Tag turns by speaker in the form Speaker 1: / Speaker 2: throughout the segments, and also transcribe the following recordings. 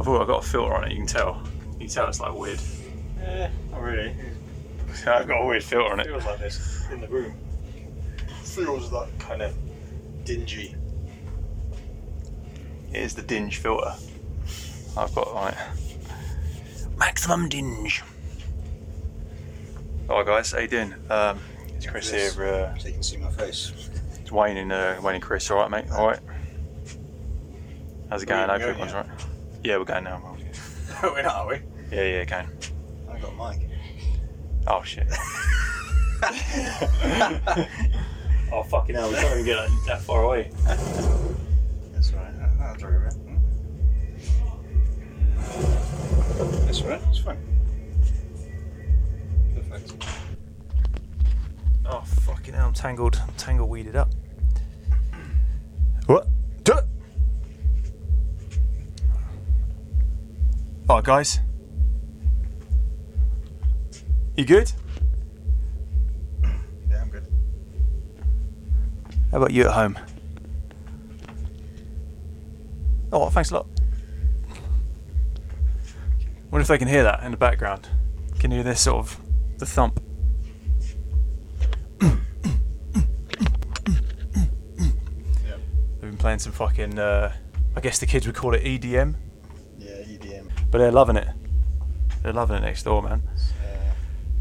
Speaker 1: I've, al- I've got a filter on it. You can tell. You can tell it's like weird.
Speaker 2: Eh, not really.
Speaker 1: I've got a weird filter on
Speaker 2: It
Speaker 1: it.
Speaker 2: feels like this in the room. feels like kind of dingy.
Speaker 1: Here's the dinge filter. I've got on it. Maximum dinge. Alright guys, how you doing? Um, it's Chris
Speaker 3: Chris.
Speaker 1: here. Uh,
Speaker 3: So you can see my face.
Speaker 1: it's Wayne and uh, Wayne and Chris. All right, mate. All right. How's it
Speaker 3: Are we
Speaker 1: going? I hope
Speaker 3: going
Speaker 1: everyone's
Speaker 3: yet?
Speaker 1: right. Yeah, we're going now.
Speaker 3: We're not, are we?
Speaker 1: Yeah, yeah, going.
Speaker 3: I got Mike.
Speaker 1: Oh shit.
Speaker 2: Oh fucking hell! We can't even get that- that far away.
Speaker 3: That's right. Uh, I'll draw you around. Hmm? That's right. It's fine. Perfect.
Speaker 1: Oh fucking hell! I'm tangled. I'm tangle weeded up.
Speaker 4: What? Duh.
Speaker 1: All right, guys. You good?
Speaker 3: Yeah, I'm good.
Speaker 1: How about you at home? Oh, thanks a lot. Wonder if they can hear that in the background. Can you hear this sort of the thump?
Speaker 3: Yeah.
Speaker 1: They've been playing some fucking. Uh, I guess the kids would call it E EDM,
Speaker 3: Yeah, E EDM.
Speaker 1: but they're loving it. They're loving it next door, man.
Speaker 3: Uh,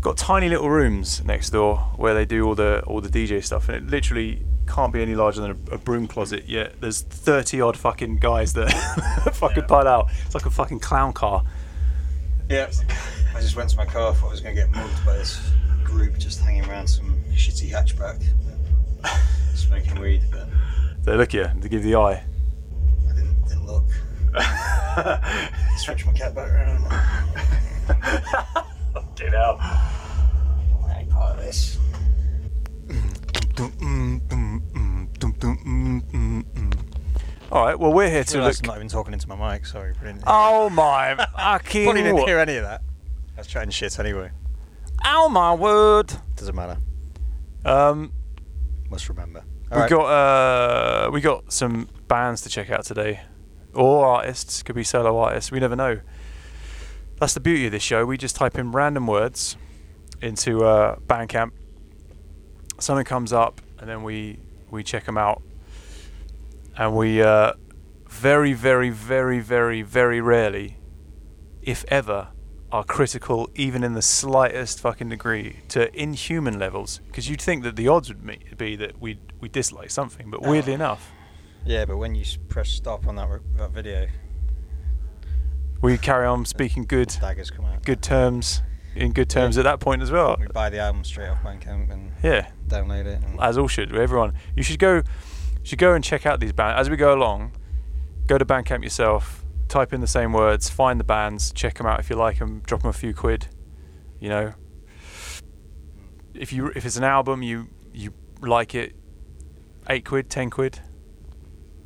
Speaker 1: Got tiny little rooms next door where they do all the all the DJ stuff, and it literally can't be any larger than a, a broom closet. Yet there's thirty odd fucking guys that fucking
Speaker 2: Yeah.
Speaker 1: pile out. It's like a fucking clown car.
Speaker 3: yeah. I just went to my car. Thought I was going to get mugged by this group just hanging around some shitty hatchback, uh, smoking weed, but
Speaker 1: They look at you to give the eye.
Speaker 3: I didn't, didn't look. Stretch my cat back around.
Speaker 2: Fucking hell!
Speaker 3: I ain't part of this.
Speaker 1: mm, All right, well we're here to look.
Speaker 3: I'm not even talking into my mic. Sorry, brilliant.
Speaker 1: Oh my fucking!
Speaker 3: Probably didn't
Speaker 1: wo-
Speaker 3: hear any of that. I was chatting shit anyway.
Speaker 1: Oh my word!
Speaker 3: Doesn't matter.
Speaker 1: Um,
Speaker 3: Must remember.
Speaker 1: we got uh, we got some bands to check out today, or artists could be solo artists. We never know. That's the beauty of this show. We just type in random words into uh, Bandcamp. Something comes up, and then we we check them out, and we uh, very very very very very rarely, if ever, are critical even in the slightest fucking degree to inhuman levels. Because you'd think that the odds would me- be that we we dislike something, but weirdly enough,
Speaker 3: Yeah, but when you s- press stop on that, re- that video,
Speaker 1: we carry on speaking good
Speaker 3: daggers come out.
Speaker 1: good terms in good terms at that point as well.
Speaker 3: We buy the album straight off Bandcamp and
Speaker 1: Yeah.
Speaker 3: download it. And
Speaker 1: as all should everyone. You should go, should go and check out these bands as we go along. Go to Bandcamp yourself, type in the same words, find the bands, check them out if you like them, drop them a few quid. You know, if you if it's an album you you like it, eight quid, ten quid.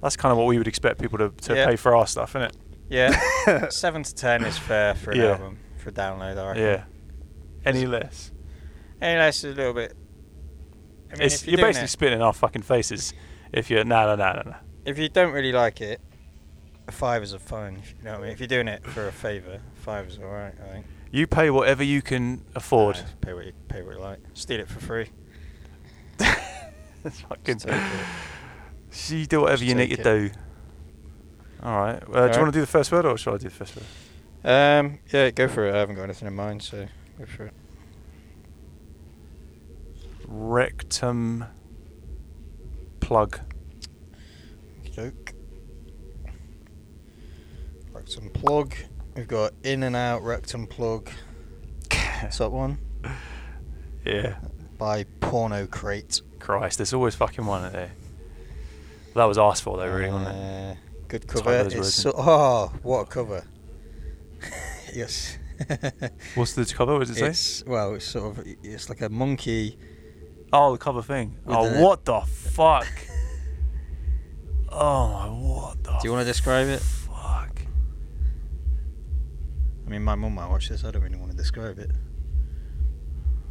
Speaker 1: That's kind of what we would expect people to, to
Speaker 3: Yeah.
Speaker 1: pay for our stuff, isn't it?
Speaker 3: yeah, seven to ten is fair for an
Speaker 1: Yeah.
Speaker 3: album for a download. I reckon.
Speaker 1: Yeah. Any less?
Speaker 3: Any less is a little bit. I mean,
Speaker 1: it's,
Speaker 3: if
Speaker 1: you're
Speaker 3: doing
Speaker 1: basically
Speaker 3: it-
Speaker 1: spitting in our fucking faces if you're nah nah nah nah nah.
Speaker 3: if you don't really like it, a five is a fine. if You know what I mean? If you're doing it for a favour, five is all right. I think.
Speaker 1: You pay whatever you can afford.
Speaker 3: Uh, pay what you pay what you like. Steal it for free.
Speaker 1: That's fucking.
Speaker 3: take it.
Speaker 1: So you do whatever
Speaker 3: Just
Speaker 1: you need
Speaker 3: take
Speaker 1: to do. All right. Uh, Do
Speaker 3: Alright.
Speaker 1: you want to do the first word, or shall I do the first word?
Speaker 3: Um, yeah, go for it. I haven't got anything in mind, so go for it.
Speaker 1: Rectum plug.
Speaker 3: Joke. Rectum plug. We've got in and out rectum plug. What's that one?
Speaker 1: yeah.
Speaker 3: By Porno Crate.
Speaker 1: Christ, there's always fucking one out there. That was asked for, though, really, wasn't it?
Speaker 3: Uh, Good
Speaker 1: Type
Speaker 3: cover.
Speaker 1: those
Speaker 3: It's
Speaker 1: words
Speaker 3: so, oh, what a cover. yes.
Speaker 1: What's the cover? What does it say?
Speaker 3: It's well, it's sort of it's like a monkey.
Speaker 1: Oh, the cover thing.
Speaker 3: With
Speaker 1: Oh,
Speaker 3: the-
Speaker 1: what the fuck? oh my, what the?
Speaker 3: Do you want to describe it?
Speaker 1: Fuck.
Speaker 3: I mean, my mum might watch this. I don't really want to describe it.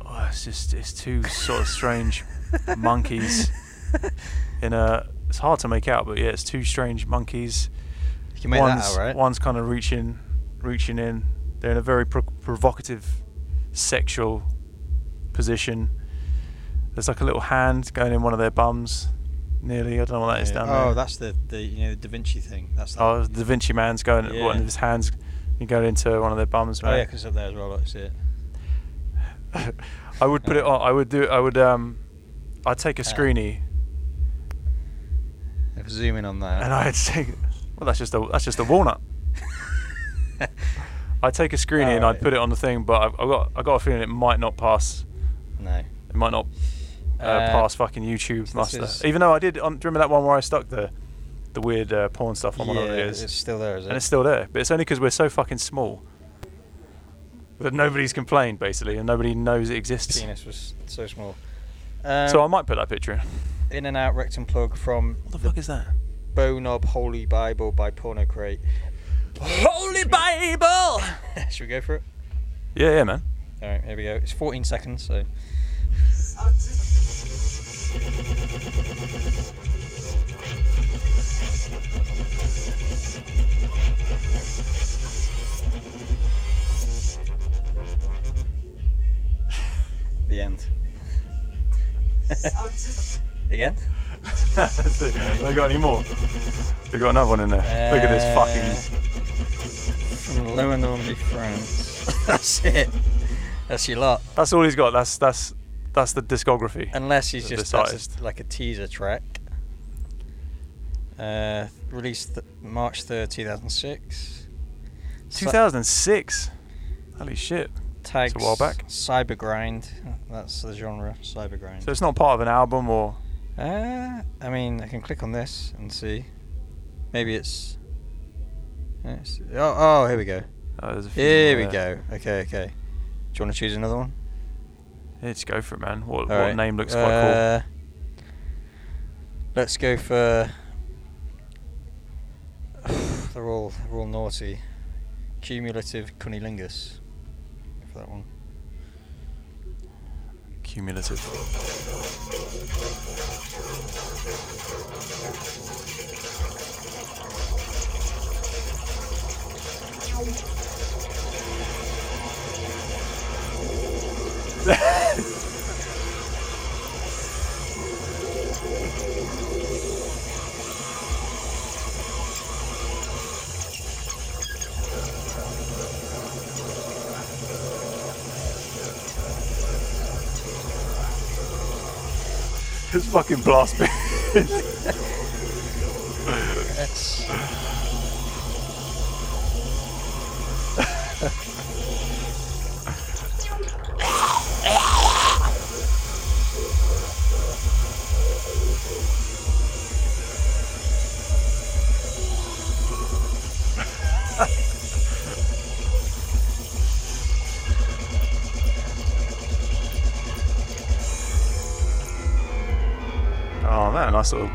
Speaker 1: Oh, it's just it's two sort of strange monkeys in a. It's hard to make out, but yeah, it's two strange monkeys.
Speaker 3: You can make that
Speaker 1: one's
Speaker 3: out, right?
Speaker 1: one's kind of reaching, reaching in. They're in a very pro- provocative, sexual position. There's like a little hand going in one of their bums, nearly. I don't know what that is down there.
Speaker 3: oh, that's the, the you know the Da Vinci thing. That's that.
Speaker 1: Oh, the Da Vinci Man's going.
Speaker 3: Yeah.
Speaker 1: One of his hands going into one of their bums,
Speaker 3: Oh,
Speaker 1: man.
Speaker 3: yeah, because up there as well. I see it.
Speaker 1: I would put it on. I would do. I would. Um, I'd take a
Speaker 3: Yeah.
Speaker 1: screeny
Speaker 3: If I zoom in on that.
Speaker 1: and I'd take. Well, that's just a. That's just a walnut. I'd take a screeny and I'd
Speaker 3: Alright.
Speaker 1: put it on the thing, but I've, I've got. I got a feeling it might not pass.
Speaker 3: no.
Speaker 1: It might not uh,
Speaker 3: Uh,
Speaker 1: pass fucking YouTube
Speaker 3: this
Speaker 1: muster.
Speaker 3: is-
Speaker 1: Even though I did. Um, do you remember that one where I stuck the, the weird uh, porn stuff on one of
Speaker 3: Yeah,
Speaker 1: those?
Speaker 3: it's still there, is it?
Speaker 1: and it's still there. But it's only because we're so fucking small that nobody's complained basically, and nobody knows it exists.
Speaker 3: penis was so small. Um,
Speaker 1: so I might put that picture. in.
Speaker 3: in and out rectum plug from
Speaker 1: What the, fuck is that?
Speaker 3: Bow Knob Holy Bible by Porno Crate.
Speaker 1: Holy Bible.
Speaker 3: Should we go for it?
Speaker 1: Yeah, yeah, man.
Speaker 3: All right, here we go. It's 14 seconds, so the end. Again?
Speaker 1: they got any more? They got another one in there. Look at
Speaker 3: Uh,
Speaker 1: this fucking.
Speaker 3: From Lower Normandy, France. Oh. That's it. That's your lot.
Speaker 1: That's all he's got. That's that's that's the discography.
Speaker 3: Unless he's
Speaker 1: Of this
Speaker 3: just that's
Speaker 1: artist.
Speaker 3: just like a teaser track. Uh, released th- March 3rd, 2006. Ci-
Speaker 1: 2006. Holy shit.
Speaker 3: tags
Speaker 1: while back.
Speaker 3: Cyber grind. That's the genre. Cyber grind.
Speaker 1: So it's not part of an album or.
Speaker 3: uh, I mean, I can click on this and see. Maybe it's. it's- oh, oh, here we go.
Speaker 1: Oh, there's a few
Speaker 3: Here we
Speaker 1: more there.
Speaker 3: go. Okay, okay. Do you want to choose another one?
Speaker 1: Yeah, just go for it, man. What, what
Speaker 3: All right.
Speaker 1: name looks quite cool?
Speaker 3: Uh, Let's go for. They're all they're all naughty. Cumulative cunnilingus. Go For that one.
Speaker 1: Cumulative. It's fucking blast
Speaker 3: That's.
Speaker 1: Oh man, nice little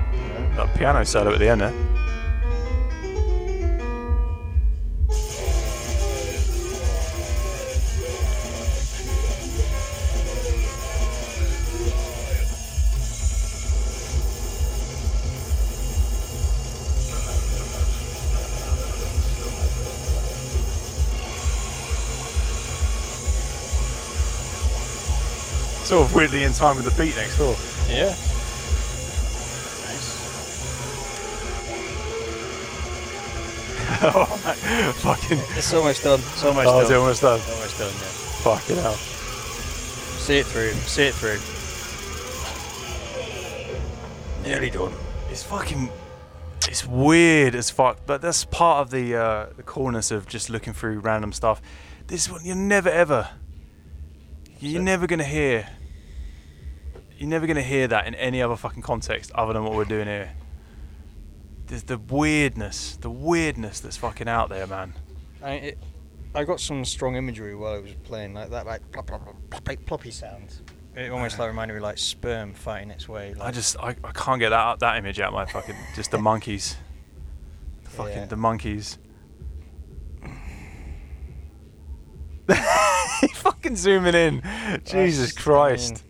Speaker 1: that piano solo at the end there. Sort of weirdly in time with the beat next door.
Speaker 3: Yeah.
Speaker 1: Oh Fucking.
Speaker 3: It's almost done. It's almost
Speaker 1: Oh, it's
Speaker 3: done.
Speaker 1: almost done.
Speaker 3: Almost done. Yeah.
Speaker 1: Fucking hell.
Speaker 3: See it through. See it through. Nearly done.
Speaker 1: It's fucking. It's weird as fuck, but that's part of the uh, the coolness of just looking through random stuff. This one you're never ever. You're
Speaker 3: So-
Speaker 1: never gonna hear. You're never gonna hear that in any other fucking context other than what we're doing here. There's the weirdness, the weirdness that's fucking out there, man.
Speaker 3: I, it, I got some strong imagery while I was playing, like that, like plop, plop, plop, plop, ploppy sound. It almost like reminded me like sperm fighting its way. Like,
Speaker 1: I just I, I can't get that that image out of my fucking just the monkeys. The fucking
Speaker 3: Yeah.
Speaker 1: the monkeys. fucking zooming in. Jesus
Speaker 3: That's- I
Speaker 1: Christ.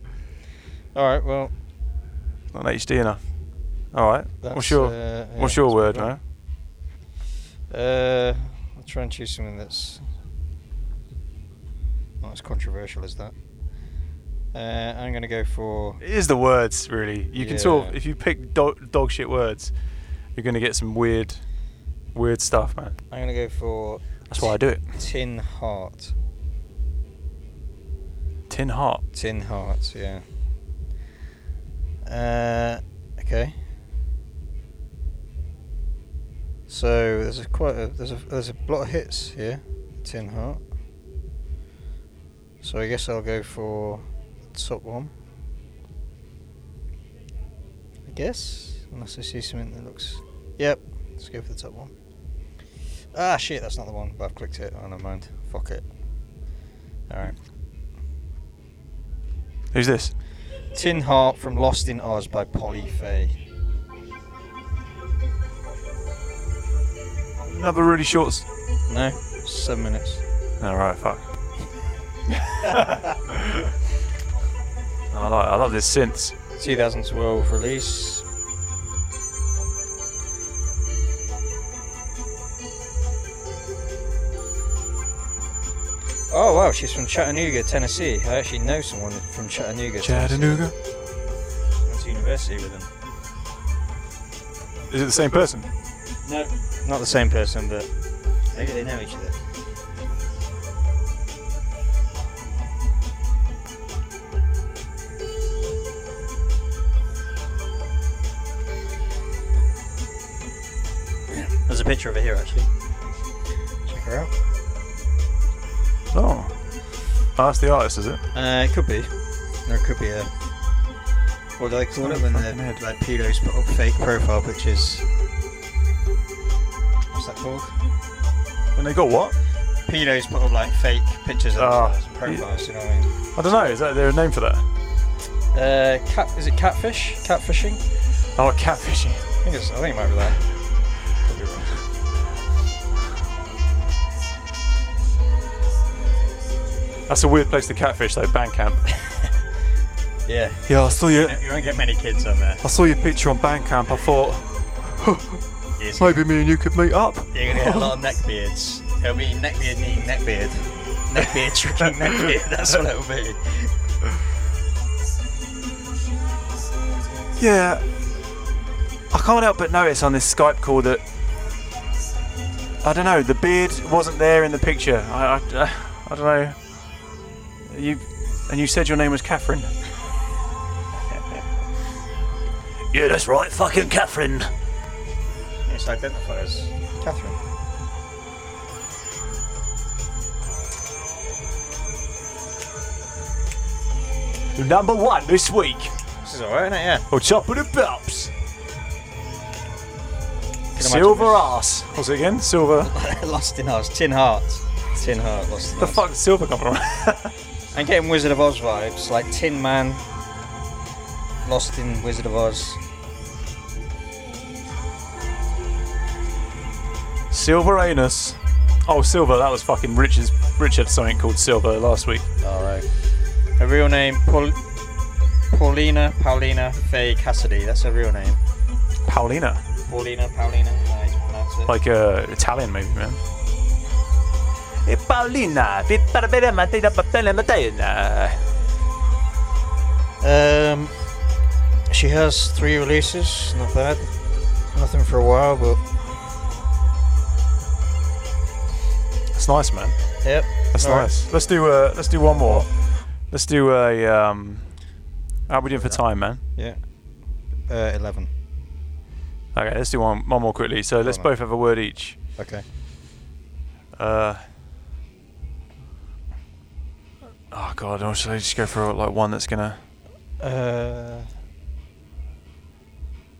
Speaker 3: All right, well,
Speaker 1: Not HD enough. All right.
Speaker 3: That's,
Speaker 1: what's your
Speaker 3: uh, yeah,
Speaker 1: What's your
Speaker 3: that's
Speaker 1: word,
Speaker 3: what I've
Speaker 1: man?
Speaker 3: Uh, I'll try and choose something that's not as controversial as that. Uh, I'm going to go for.
Speaker 1: It is the words, really. You can sort of,
Speaker 3: Yeah.
Speaker 1: if you pick dog, dog shit words, you're going to get some weird, weird stuff, man.
Speaker 3: I'm going to go for.
Speaker 1: That's why I do it.
Speaker 3: Tin Heart.
Speaker 1: Tin Heart.
Speaker 3: Tin Heart, yeah. Uh, okay. So there's a quite a, there's a there's a lot of hits here. Tin Heart. So I guess I'll go for the top one. I guess unless I see something that looks. Yep. Let's go for the top one. Ah shit, that's not the one. But I've clicked it. Oh never mind. Fuck it. All right.
Speaker 1: Who's this?
Speaker 3: Tin Heart from Lost in Oz by Polly Fay.
Speaker 1: Another really short. s-
Speaker 3: No, seven minutes.
Speaker 1: All right, fuck. I like. I love this synths.
Speaker 3: 2012 release. Oh wow, she's from Chattanooga, Tennessee. I actually know someone from Chattanooga.
Speaker 1: Chattanooga.
Speaker 3: Tennessee. Went to university with them.
Speaker 1: Is it the same person?
Speaker 3: No, not the same person, but maybe they know each other. There's a picture of her here, actually. Check her out.
Speaker 1: Oh. Oh, that's the artist, is it?
Speaker 3: Uh, it could be. Or it could be a. What do they call it when the
Speaker 1: Fucking head.
Speaker 3: like pedos put up fake profile pictures? What's that called?
Speaker 1: And they got what?
Speaker 3: pedos put up like fake pictures of
Speaker 1: Ah.
Speaker 3: themselves and profiles. You know what I mean?
Speaker 1: I don't know. Is that there a name for that?
Speaker 3: Uh, cat is it catfish? Catfishing?
Speaker 1: Oh, catfishing.
Speaker 3: I think it's, I think it might be that. Could be wrong.
Speaker 1: That's a weird place to catfish, though. Bandcamp.
Speaker 3: Yeah,
Speaker 1: Yeah, I saw you.
Speaker 3: you won't get many kids on there.
Speaker 1: I saw your picture on Bandcamp. I thought
Speaker 3: Yes.
Speaker 1: maybe me and you could meet up.
Speaker 3: You're gonna get a lot of neckbeards. It'll be neckbeard needing neckbeard, neckbeard drinking neckbeard. That's what it'll be.
Speaker 1: Yeah. I can't help but notice on this Skype call that I don't know. The beard wasn't there in the picture. I, I, I don't know. You and you said your name was Catherine. yeah, that's right. Fucking Catherine.
Speaker 3: It's identified as Catherine.
Speaker 1: Number one this week.
Speaker 3: This is alright, isn't it? Yeah.
Speaker 1: On top of the bops.
Speaker 3: Can imagine
Speaker 1: Silver ass. What's it again? Silver.
Speaker 3: this- Lost in Oz. Tin Heart. Tin Heart. Lost in
Speaker 1: the
Speaker 3: Oz.
Speaker 1: fuck does silver come from?
Speaker 3: I'm getting Wizard of Oz vibes, like Tin Man, Lost in Wizard of Oz.
Speaker 1: Silver anus. Oh, silver. That was fucking Richard's. Richard something called silver last week.
Speaker 3: All right. Her real name, Paul- Paulina Paulina Faye Cassidy. That's her real name.
Speaker 1: Paulina.
Speaker 3: Paulina Paulina. I don't know how you pronounce it.
Speaker 1: Like uh, Italian maybe, man. Eh, Paulina. vi parleremo di una bella mattina.
Speaker 3: Um, she has three releases. Not bad. Nothing for a while, but
Speaker 1: That's nice, man.
Speaker 3: yep.
Speaker 1: That's
Speaker 3: all right.
Speaker 1: nice. Let's do. Uh, let's do one more. Let's do a. Um, how are we doing for time, man?
Speaker 3: Yeah. Uh, Eleven.
Speaker 1: Okay, let's do one, one more quickly. So let's
Speaker 3: on.
Speaker 1: both have a word each.
Speaker 3: Okay.
Speaker 1: Uh, oh god, or should I just go for like one that's gonna?
Speaker 3: Uh.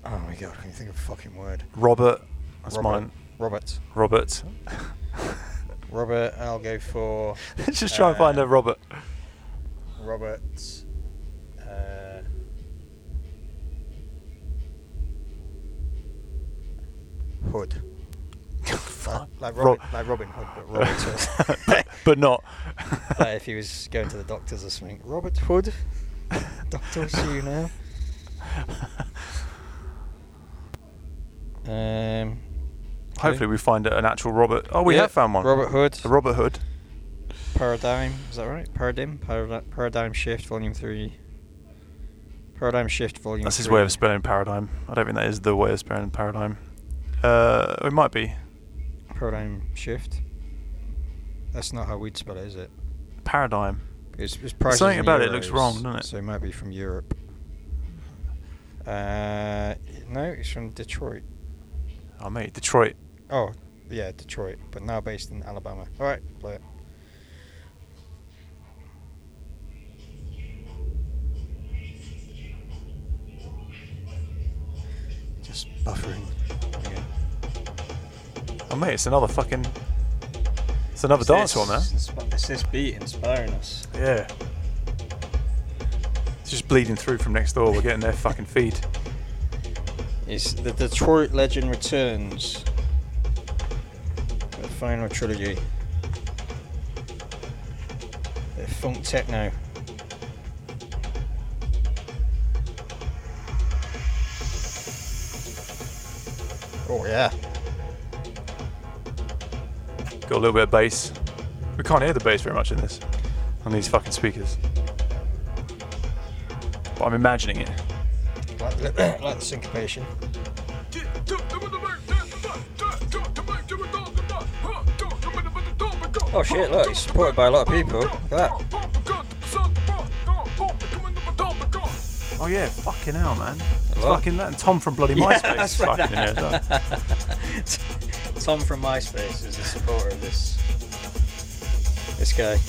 Speaker 3: Oh my god! Can you think of a fucking word?
Speaker 1: Robert. That's
Speaker 3: Robert.
Speaker 1: mine.
Speaker 3: Robert.
Speaker 1: Robert.
Speaker 3: Robert, I'll go for
Speaker 1: Let's just try and find a
Speaker 3: Uh,
Speaker 1: Robert.
Speaker 3: Robert. Uh, Hood.
Speaker 1: Fuck.
Speaker 3: Like
Speaker 1: Rob-
Speaker 3: Robin, like Robin Hood, but Robert.
Speaker 1: but, but not.
Speaker 3: like if he was going to the doctors or something. Robert Hood. Doctor will see you now. Um,
Speaker 1: hopefully. we find an actual Robert. Oh, we
Speaker 3: Yeah,
Speaker 1: have found one.
Speaker 3: Robert Hood.
Speaker 1: A Robert Hood.
Speaker 3: Paradigm, is that right? Paradigm? Parada- Paradigm Shift Volume 3. Paradigm Shift Volume
Speaker 1: That's his
Speaker 3: 3.
Speaker 1: way of spelling paradigm. I don't think that is the way of spelling paradigm. Uh, it might be
Speaker 3: Paradigm Shift. That's not how we'd spell it, is it?
Speaker 1: paradigm.
Speaker 3: It's, it's prices
Speaker 1: something
Speaker 3: in
Speaker 1: about it looks
Speaker 3: euros,
Speaker 1: wrong, doesn't it?
Speaker 3: So it might be from Europe. Uh, no, it's from Detroit.
Speaker 1: Oh mate, Detroit.
Speaker 3: Oh, yeah, Detroit, but now based in Alabama. All right, play it. Just buffering. again.
Speaker 1: Oh mate, it's another fucking. It's another
Speaker 3: It's
Speaker 1: dance
Speaker 3: this-
Speaker 1: one, man.
Speaker 3: inspi- It's this beat inspiring us.
Speaker 1: Yeah. It's just bleeding through from next door. We're getting their fucking feed.
Speaker 3: It's the Detroit Legend Returns. The final trilogy. The funk techno. Oh yeah.
Speaker 1: Got a little bit of bass. We can't hear the bass very much in this on these fucking speakers. But I'm imagining it.
Speaker 3: Like the, like the syncopation.
Speaker 4: Oh shit, look, it's supported by a lot of people. Look at that.
Speaker 1: Oh yeah, fucking hell, man. It's
Speaker 3: Hello?
Speaker 1: fucking that. And Tom from bloody MySpace is
Speaker 3: right.
Speaker 1: fucking here. as well.
Speaker 3: Tom from MySpace is a supporter of this. This guy.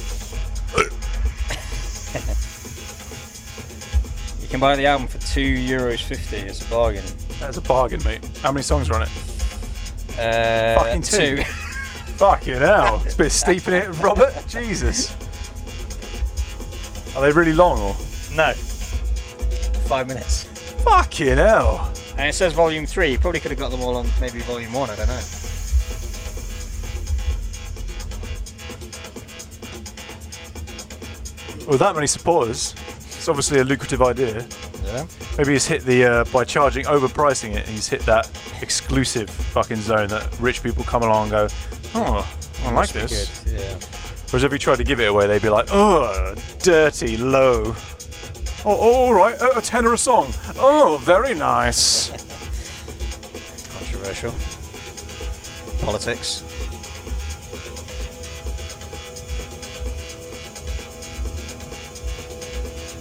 Speaker 3: you can buy the album for two euros fifty. It's a bargain.
Speaker 1: That's a bargain, mate. How many songs are on it?
Speaker 3: Uh,
Speaker 1: Fucking two. Fucking hell. It's a bit steep in it, Robert. Jesus. Are they really long or?
Speaker 3: no. Five minutes.
Speaker 1: Fucking hell.
Speaker 3: And it says volume three. You probably could have got them all on maybe volume one. I don't know.
Speaker 1: With that many supporters, it's obviously a lucrative idea.
Speaker 3: Yeah.
Speaker 1: Maybe he's hit the uh, by charging overpricing it. He's hit that exclusive fucking zone that rich people come along and go, oh, I like this.
Speaker 3: Good. Yeah.
Speaker 1: Whereas if you tried to give it away, they'd be like, oh, dirty, low. Oh, oh, all right, a a tenor a song. Oh, very nice.
Speaker 3: Controversial. Politics.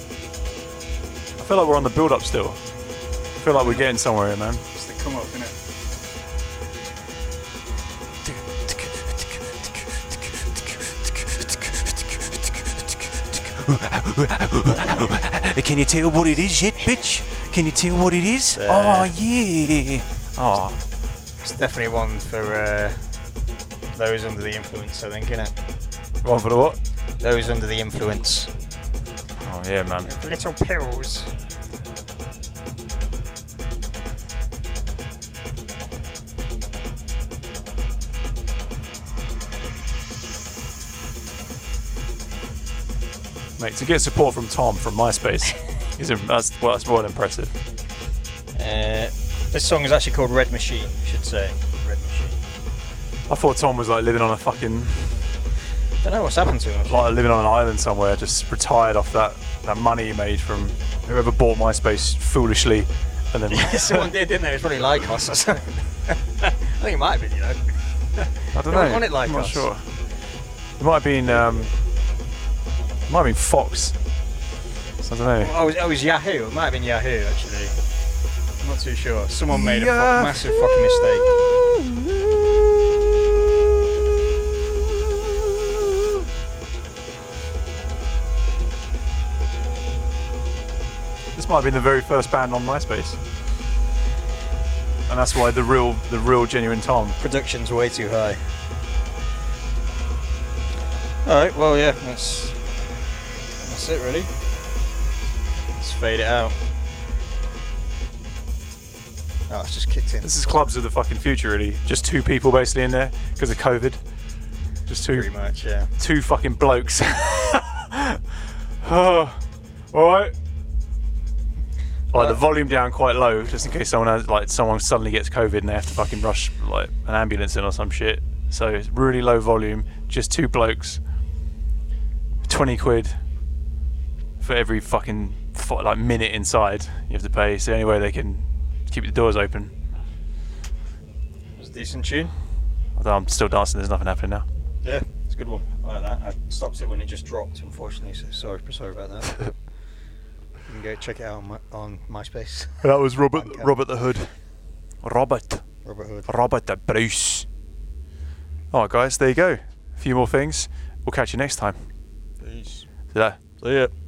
Speaker 1: I feel like we're on the build up still. I feel like we're getting somewhere here, man.
Speaker 2: It's the come up, innit?
Speaker 1: Can you tell what it is yet, bitch? Can you tell what it is?
Speaker 3: Uh,
Speaker 1: oh, yeah. Oh,
Speaker 3: It's definitely one for uh, those under the influence. I think, innit?
Speaker 1: one for the what?
Speaker 3: Those under the influence.
Speaker 1: Oh, yeah, man.
Speaker 3: Little pills.
Speaker 1: Mate, to get support from Tom from MySpace, is a, that's, well, that's more than impressive.
Speaker 3: Uh, this song is actually called Red Machine, I should say. Red Machine.
Speaker 1: I thought Tom was like living on a fucking,
Speaker 3: Don't know what's happened to him.
Speaker 1: like living on an island somewhere, just retired off that, that money he made from whoever bought MySpace foolishly. And then
Speaker 3: Someone did, didn't they? It was probably Lycos or something. I think it might have been, you know.
Speaker 1: I don't
Speaker 3: They weren't
Speaker 1: know.
Speaker 3: on it like
Speaker 1: I'm not
Speaker 3: us.
Speaker 1: sure. It might have been. Um, it might have been Fox. I don't know.
Speaker 3: Oh, it was, oh, it was Yahoo. It might have been Yahoo, actually. I'm not too sure. Someone made a
Speaker 1: Yeah.
Speaker 3: fuck, massive fucking mistake.
Speaker 1: This might have been the very first band on MySpace, and that's why the real, the real, genuine Tom.
Speaker 3: Production's way too high. Alright, well, yeah, that's, that's it, really. Let's fade it out. Oh, it's just kicked in.
Speaker 1: This is clubs of the fucking future, really. Just two people basically in there because of COVID. Just two
Speaker 3: pretty much, yeah.
Speaker 1: two fucking blokes. oh, all right. like the
Speaker 3: Uh,
Speaker 1: volume down quite low, just in case someone has like someone suddenly gets COVID and they have to fucking rush like an ambulance in or some shit. So it's really low volume, just two blokes, twenty quid for every fucking fo- like minute inside you have to pay. It's the only way they can keep the doors open.
Speaker 3: It was a decent tune.
Speaker 1: Although I'm still dancing, there's nothing happening now.
Speaker 3: Yeah, it's a good one. I like that. I stopped it when it just dropped, unfortunately. So sorry, sorry about that. you can go check it out on, my, on MySpace.
Speaker 1: That was Robert
Speaker 3: Bandcamp.
Speaker 1: Robert the Hood. Robert.
Speaker 3: Robert Hood.
Speaker 1: Robert the Bruce. Oh, Alright guys, there you go. A few more things. We'll catch you next time.
Speaker 3: Peace.
Speaker 1: See ya. See ya.